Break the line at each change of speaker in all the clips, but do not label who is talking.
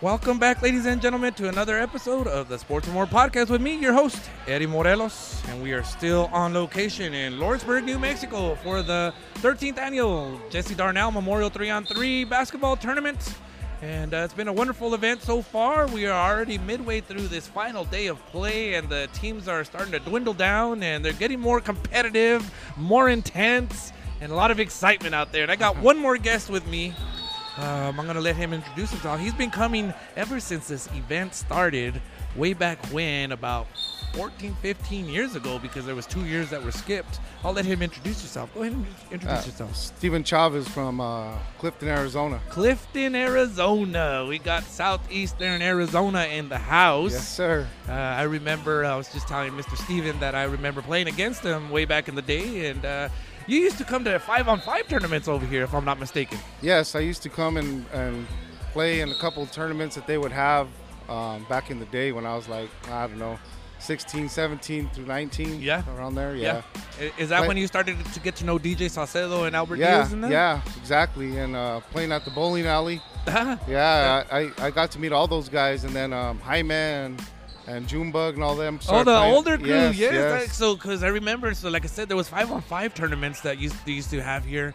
Welcome back, ladies and gentlemen, to another episode of the Sports and More podcast with me, your host, Eddie Morelos. And we are still on location in Lawrenceburg, New Mexico for the 13th annual Jesse Darnell Memorial 3 on 3 basketball tournament. And uh, it's been a wonderful event so far. We are already midway through this final day of play, and the teams are starting to dwindle down, and they're getting more competitive, more intense, and a lot of excitement out there. And I got one more guest with me. Um, I'm gonna let him introduce himself. He's been coming ever since this event started, way back when, about 14, 15 years ago, because there was two years that were skipped. I'll let him introduce yourself. Go ahead and introduce
Uh,
yourself.
Steven Chavez from uh, Clifton, Arizona.
Clifton, Arizona. We got southeastern Arizona in the house.
Yes, sir.
Uh, I remember I was just telling Mr. Steven that I remember playing against him way back in the day, and uh, you used to come to five on five tournaments over here, if I'm not mistaken.
Yes, I used to come and, and play in a couple of tournaments that they would have um, back in the day when I was like, I don't know, 16, 17 through 19.
Yeah.
Around there. Yeah.
I- Is that
Play-
when you started to get to know DJ Salcedo and Albert
Yeah.
Diaz and
Yeah,
them?
exactly. And uh, playing at the bowling alley.
Yeah.
Yeah, I, I, I got to meet all those guys and then um, Jaime and, and Junebug and all them.
Oh,
started
the
playing-
older crew, yes.
yes.
that- so, because I remember, so like I said, there was five on five tournaments that used they used to have here,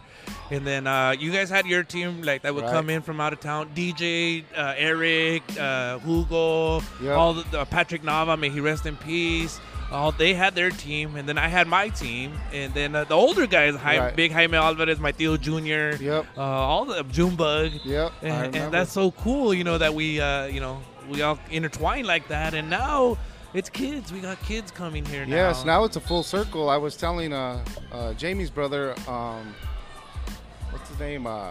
and then uh, you guys had your team like that would
Right.
come in from out of town. DJ, uh, Eric, uh, Hugo,
Yep.
all the, the Patrick Nava, may he rest in peace. All they had their team, and then I had my team, and then uh, the older guys, Jaime,
Right.
Big Jaime Alvarez, Mateo Jr.
Yep.
Uh, all the Junebug.
Yep. I
and,
remember.
and that's so cool you know that we uh, you know we all intertwine like that and now it's kids we got kids coming here now
Yes, now it's a full circle. I was telling uh, uh, Jamie's brother, um, what's his name? Uh,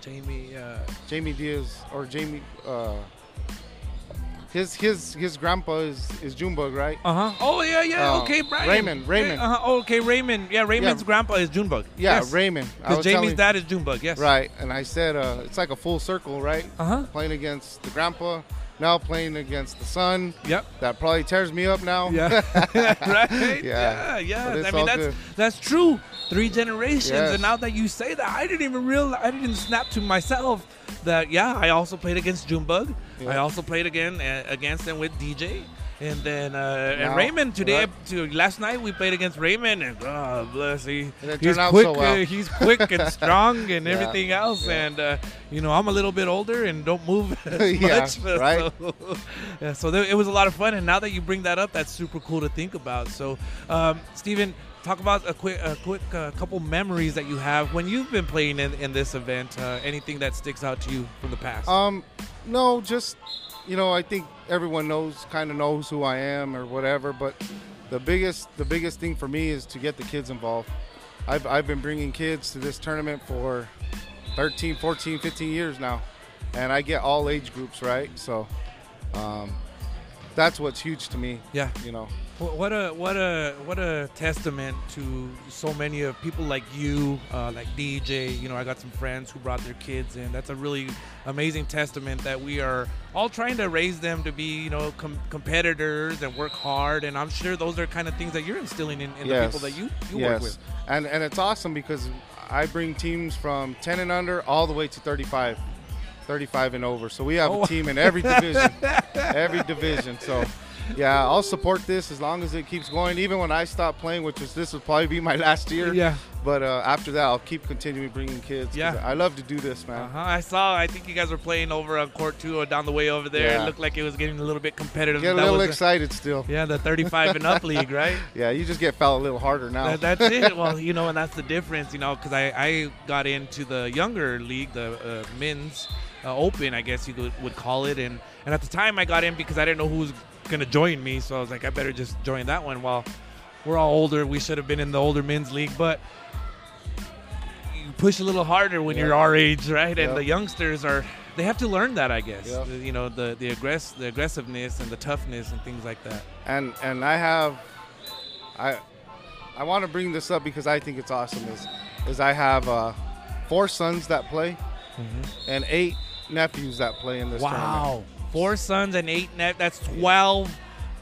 jamie uh,
Jamie Diaz or Jamie. Uh, his his his grandpa is is Junebug, right?
uh-huh oh yeah yeah
Uh,
okay Brian.
Raymond, Raymond.
Yeah, uh-huh. oh, okay raymond yeah raymond's grandpa is junebug
Yeah,
yes.
Raymond. I
because
was
jamie's
telling-
dad is junebug yes
Right, and I said uh, it's like a full circle, right?
Uh-huh.
Playing against the grandpa, now playing against the son.
yep
That probably tears me up now.
Yeah. right?
Yeah.
Yeah. yeah.
But it's
I mean,
all
that's
good.
that's true. Three generations,
Yes.
and now that you say that, I didn't even realize. I didn't snap to myself that yeah, I also played against Junebug.
Yeah.
I also played again uh, against and with DJ. And then uh, and
Wow.
Raymond today,
Right.
to last night we played against Raymond, and God bless he,
And it
he's
turned out
quick,
so well.
uh, he's quick and strong and
Yeah.
everything else.
Yeah.
And uh, you know, I'm a little bit older and don't move as
Yeah,
much. uh,
right.
so- yeah, so there, it was a lot of fun, and now that you bring that up, that's super cool to think about. So, um, Steven, talk about a quick, a quick uh, couple memories that you have when you've been playing in, in this event. Uh, anything that sticks out to you from the past?
Um, no, just you know, I think everyone knows, kind of knows who I am or whatever. But the biggest, the biggest thing for me is to get the kids involved. I've, I've been bringing kids to this tournament for 13, 14, 15 years now, and I get all age groups right. So, um, that's what's huge to me.
yeah.
You know,
Wh- What a what a what a testament to so many of people like you, uh, like DJ. You know, I got some friends who brought their kids in. That's a really amazing testament that we are all trying to raise them to be, you know, com- competitors and work hard. And I'm sure those are kind of things that you're instilling in, in
Yes.
the people that you you
yes,
work with.
and and it's awesome because I bring teams from 10 and under all the way to 35. 35 and over. So we have
Oh.
a team in every division. every division. So, yeah, I'll support this as long as it keeps going. Even when I stop playing, which is this will probably be my last year.
Yeah.
But uh, after that, I'll keep continuing bringing kids. 'cause
Yeah.
I love to do this, man.
Uh-huh. I saw. I think you guys were playing over on court two or down the way over there.
Yeah.
It looked like it was getting a little bit competitive.
Get a
That
little
was the-
excited still. Yeah.
yeah, the 35 and up league, right?
you just get fouled a little harder now.
That, that's it. Well, you know, and that's the difference, you know, because I, I got into the younger league, the uh, men's uh, open, I guess you could, would call it. And, and at the time I got in because I didn't know who was going to join me. So I was like, I better just join that one. Well, we're all older. We should have been in the older men's league. But you push a little harder when
Yeah.
you're our age, right? And
Yeah.
the youngsters are they have to learn that, I guess.
Yeah.
The- You know, the the aggress the aggressiveness and the toughness and things like that.
and and I have, I, I want to bring this up because I think it's awesome. Is is I have uh, four sons that play,
Mm-hmm.
and eight nephews that play in this tournament.
Four sons and eight net. That's 12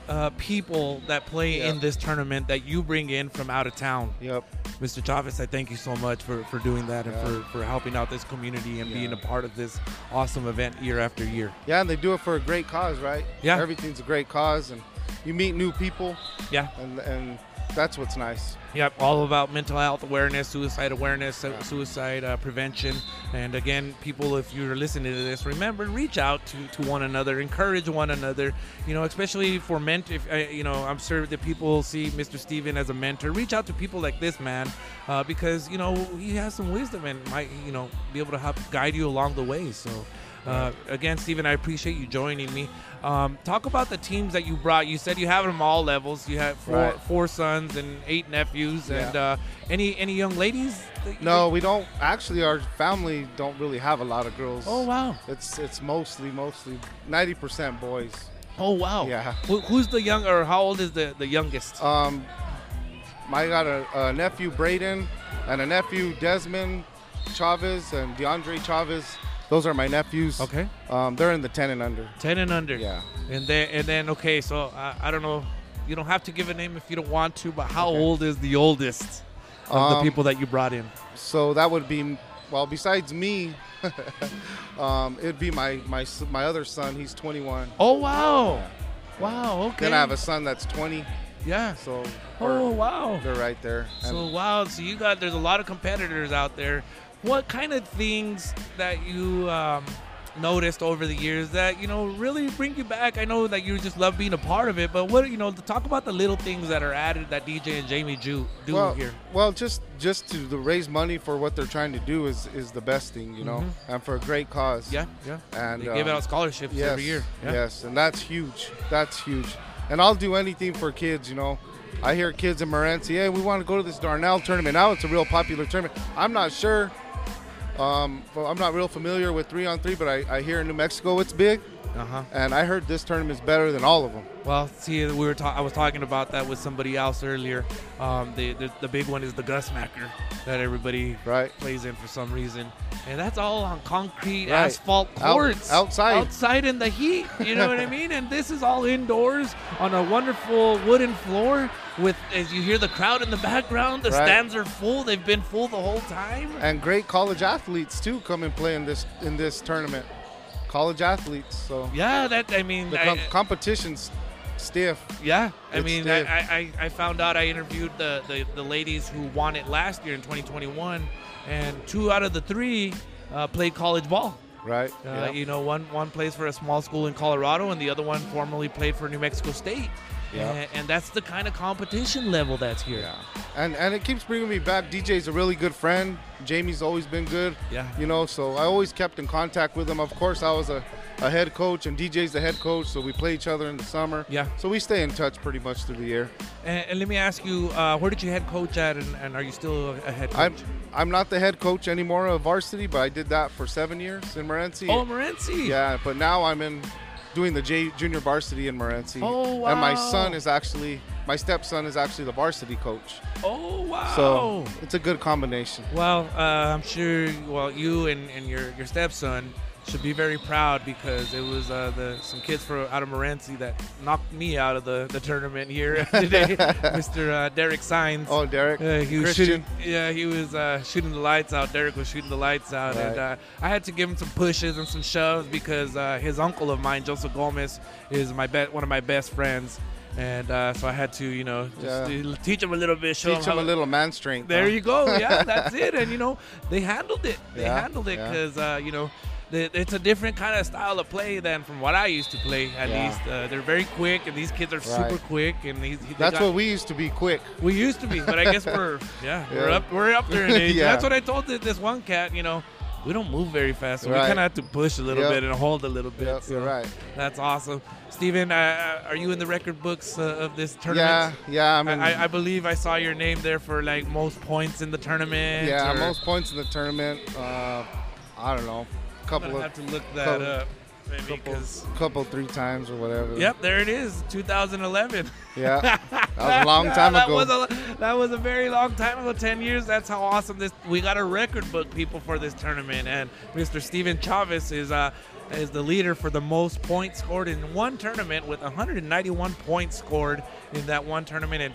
uh, people that play
Yeah.
in this tournament that you bring in from out of town.
Yep.
Mr. Chavez, I thank you so much for, for doing that and
Yeah.
for, for helping out this community and being
Yeah.
a part of this awesome event year after year.
Yeah, and they do it for a great cause, right?
Yeah.
Everything's a great cause, and you meet new people,
Yeah.
and and that's what's nice.
Yep, all about mental health awareness, suicide awareness, su-
Yeah.
suicide uh, prevention. And again, people, if you're listening to this, remember reach out to, to one another, encourage one another. You know, especially for ment. If uh, you know, I'm sure that people see Mr. Steven as a mentor. Reach out to people like this man, uh, because you know he has some wisdom and might you know be able to help guide you along the way. So. Uh, again, Steven, I appreciate you joining me. Um, talk about the teams that you brought. You said you have them all levels. You have four,
Right.
four sons and eight nephews
Yeah.
and uh, any any young ladies that you-
No, we don't actually. Our family don't really have a lot of girls.
oh wow
It's it's mostly mostly ninety percent boys.
oh wow
Yeah.
Who, who's the young or how old is the the youngest
Um, I got a, a nephew Braden and a nephew Desmond Chavez and DeAndre Chavez. Those are my nephews.
Okay.
Um, they're in the ten and under.
10 and under
Yeah.
and then and then okay so uh, i don't know you don't have to give a name if you don't want to but how
Okay.
old is the oldest of the
Um,
people that you brought in
So that would be well. Besides me, um, it'd be my my s- my other son. He's 21.
oh wow wow okay
Then I have a son that's 20.
yeah
So
oh
we're-
wow
they're right there. And
So wow, so you got there's a lot of competitors out there. What kind of things that you um, noticed over the years that you know really bring you back? I know that you just love being a part of it, but what you know, talk about the little things that are added that DJ and Jamie Jew do
well,
here.
well, just just to the raise money for what they're trying to do is is the best thing, you know, and for a great cause.
Mm-hmm. Yeah, yeah.
And
they give
um,
out scholarships
yes,
every year. Yeah.
Yes, and that's huge. That's huge. And I'll do anything for kids, you know. I hear kids in Morenci, hey, we want to go to this Darnell tournament. Now it's a real popular tournament. I'm not sure. Um, well, I'm not real familiar with three on three, but I, I hear in New Mexico it's big,
Uh huh.
and I heard this tournament's better than all of them.
Well, see, we were ta- I was talking about that with somebody else earlier. Um, the, the the big one is the Gussmacker that everybody
Right.
plays in for some reason, and that's all on concrete,
Right.
asphalt
Out-
courts,
outside.
outside in the heat. You know what I mean? And this is all indoors on a wonderful wooden floor. With as you hear the crowd in the background, the
Right.
stands are full. They've been full the whole time.
And great college athletes too come and play in this in this tournament. College athletes, so
Yeah, that I mean,
the
I-
com- competition's stiff.
Yeah, I
It's
mean, I,
stiff.
I, I I found out I interviewed the, the, the ladies who won it last year in 2021, and two out of the three uh, played college ball.
Right.
Uh,
Yeah.
You know, one one plays for a small school in Colorado, and the other one formerly played for New Mexico State.
Yeah.
And, and that's the kind of competition level that's here.
Yeah. And and it keeps bringing me back. DJ's a really good friend. Jamie's always been good.
Yeah.
You know, so I always kept in contact with him. Of course, I was a, a head coach, and DJ's the head coach, so we play each other in the summer.
Yeah.
So we stay in touch pretty much through the year.
And, and let me ask you, uh, where did you head coach at, and, and are you still a head coach?
I'm I'm not the head coach anymore of varsity, but I did that for seven years in Morenci.
oh, Morenci.
Yeah, but now I'm in doing the J, junior varsity in Morenci.
Oh,
And my
wow.
son is actually my stepson is actually the varsity coach.
Oh, wow.
So it's a good combination.
Well, uh, I'm sure. Well, you and, and your your stepson should be very proud because it was uh, the some kids from out of Morenci that knocked me out of the, the tournament here today. Mr. Uh, Derek Signs.
Oh, Derek.
Uh, he was
Christian.
shooting, yeah, he was uh, shooting the lights out. Derek was shooting the lights out, and
Right.
uh, I had to give him some pushes and some shoves because uh, his uncle of mine, Joseph Gomez, is my be- one of my best friends, and uh, so I had to, you know, just
Yeah.
uh, teach him a little bit, show
Teach
him
him
how
a little man strength.
there
huh?
you go. Yeah, that's it. And you know, they handled it. They
Yeah,
handled it
yeah.
because uh, you know, the- it's a different kind of style of play than from what I used to play. At
Yeah.
least uh, they're very quick, and these kids are super
Right.
quick. And these they
That's
got-
what we used to be quick.
we used to be, but I guess we're yeah, we're
Yeah.
up we're up there in age.
Yeah.
That's what I told thi- this one cat. You know, we don't move very fast, so we
Right.
kind of have to push a little
Yep.
bit and hold a little bit.
Yep,
so
you're right.
That's awesome, Steven, uh, are you in the record books uh, of this tournament?
Yeah, yeah. I mean,
I, I- I believe I saw your name there for like most points in the tournament.
yeah,
or-
most points in the tournament. Uh, I don't know,
I'm
couple
gonna
of
have to look that
couple-
up, maybe
couple,
because.
couple three times or whatever.
Yep, there it is, 2011.
Yeah, that was a long time
that
ago.
Was a, that was a very long time ago, 10 years. That's how awesome this. We got a record book, people, for this tournament, and Mr. Steven Chavez is uh, is the leader for the most points scored in one tournament with 191 points scored in that one tournament in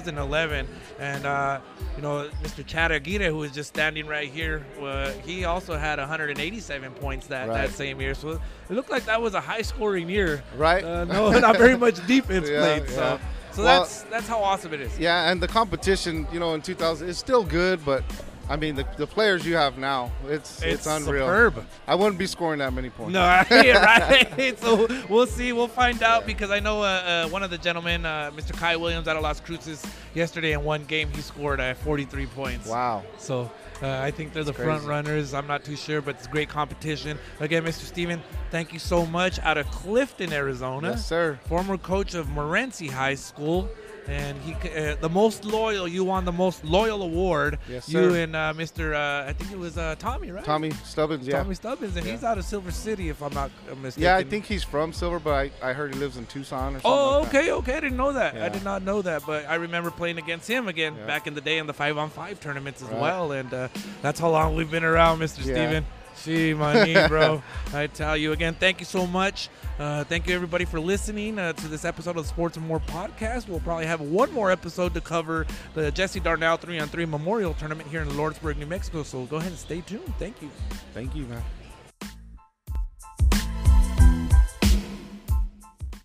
2011. And, uh, you know, Mr. Chad Aguirre, who is just standing right here, uh, he also had 187 points that,
Right.
that same year. So it looked like that was a high scoring year.
Right.
Uh, no, not very much defense
Yeah,
played.
yeah.
So, so
Well-
that's, that's how awesome it is.
Yeah, and the competition, you know, in 2000 is still good, but I mean, the, the players you have now, it's
It's
it's, unreal.
superb.
I wouldn't be scoring that many points.
No, right, right. So we'll see. We'll find out because I know uh, uh, one of the gentlemen, uh, Mr. Kai Williams out of Las Cruces, yesterday in one game he scored uh, 43 points.
Wow.
So uh, I think they're the front
crazy.
runners. I'm not too sure, but it's great competition. Again, Mr. Steven, thank you so much out of Clifton, Arizona.
Yes, sir.
Former coach of Morenci High School. And he, c- uh, the most loyal. You won the most loyal award.
Yes,
You
sir.
and uh, Mr. Uh, I think it was uh, Tommy, right?
Tommy Stubbins, yeah.
Tommy Stubbins, and
Yeah.
he's out of Silver City, if I'm not uh, mistaken.
yeah, I think he's from Silver, but I, I heard he lives in Tucson or something.
Oh,
like that.
okay, okay. I didn't know that. I
Yeah.
did not know that, but I remember playing against him again
Yeah.
back in the day in the five on five tournaments as
Right.
well, and uh, that's how long we've been around, Mr.
Yeah.
Steven. See my knee, bro. I tell you again, thank you so much. Uh, thank you everybody for listening uh, to this episode of the Sports and More podcast. We'll probably have one more episode to cover the Jesse Darnell three on three Memorial Tournament here in Lawrenceburg, New Mexico. So go ahead and stay tuned. Thank you.
Thank you, man.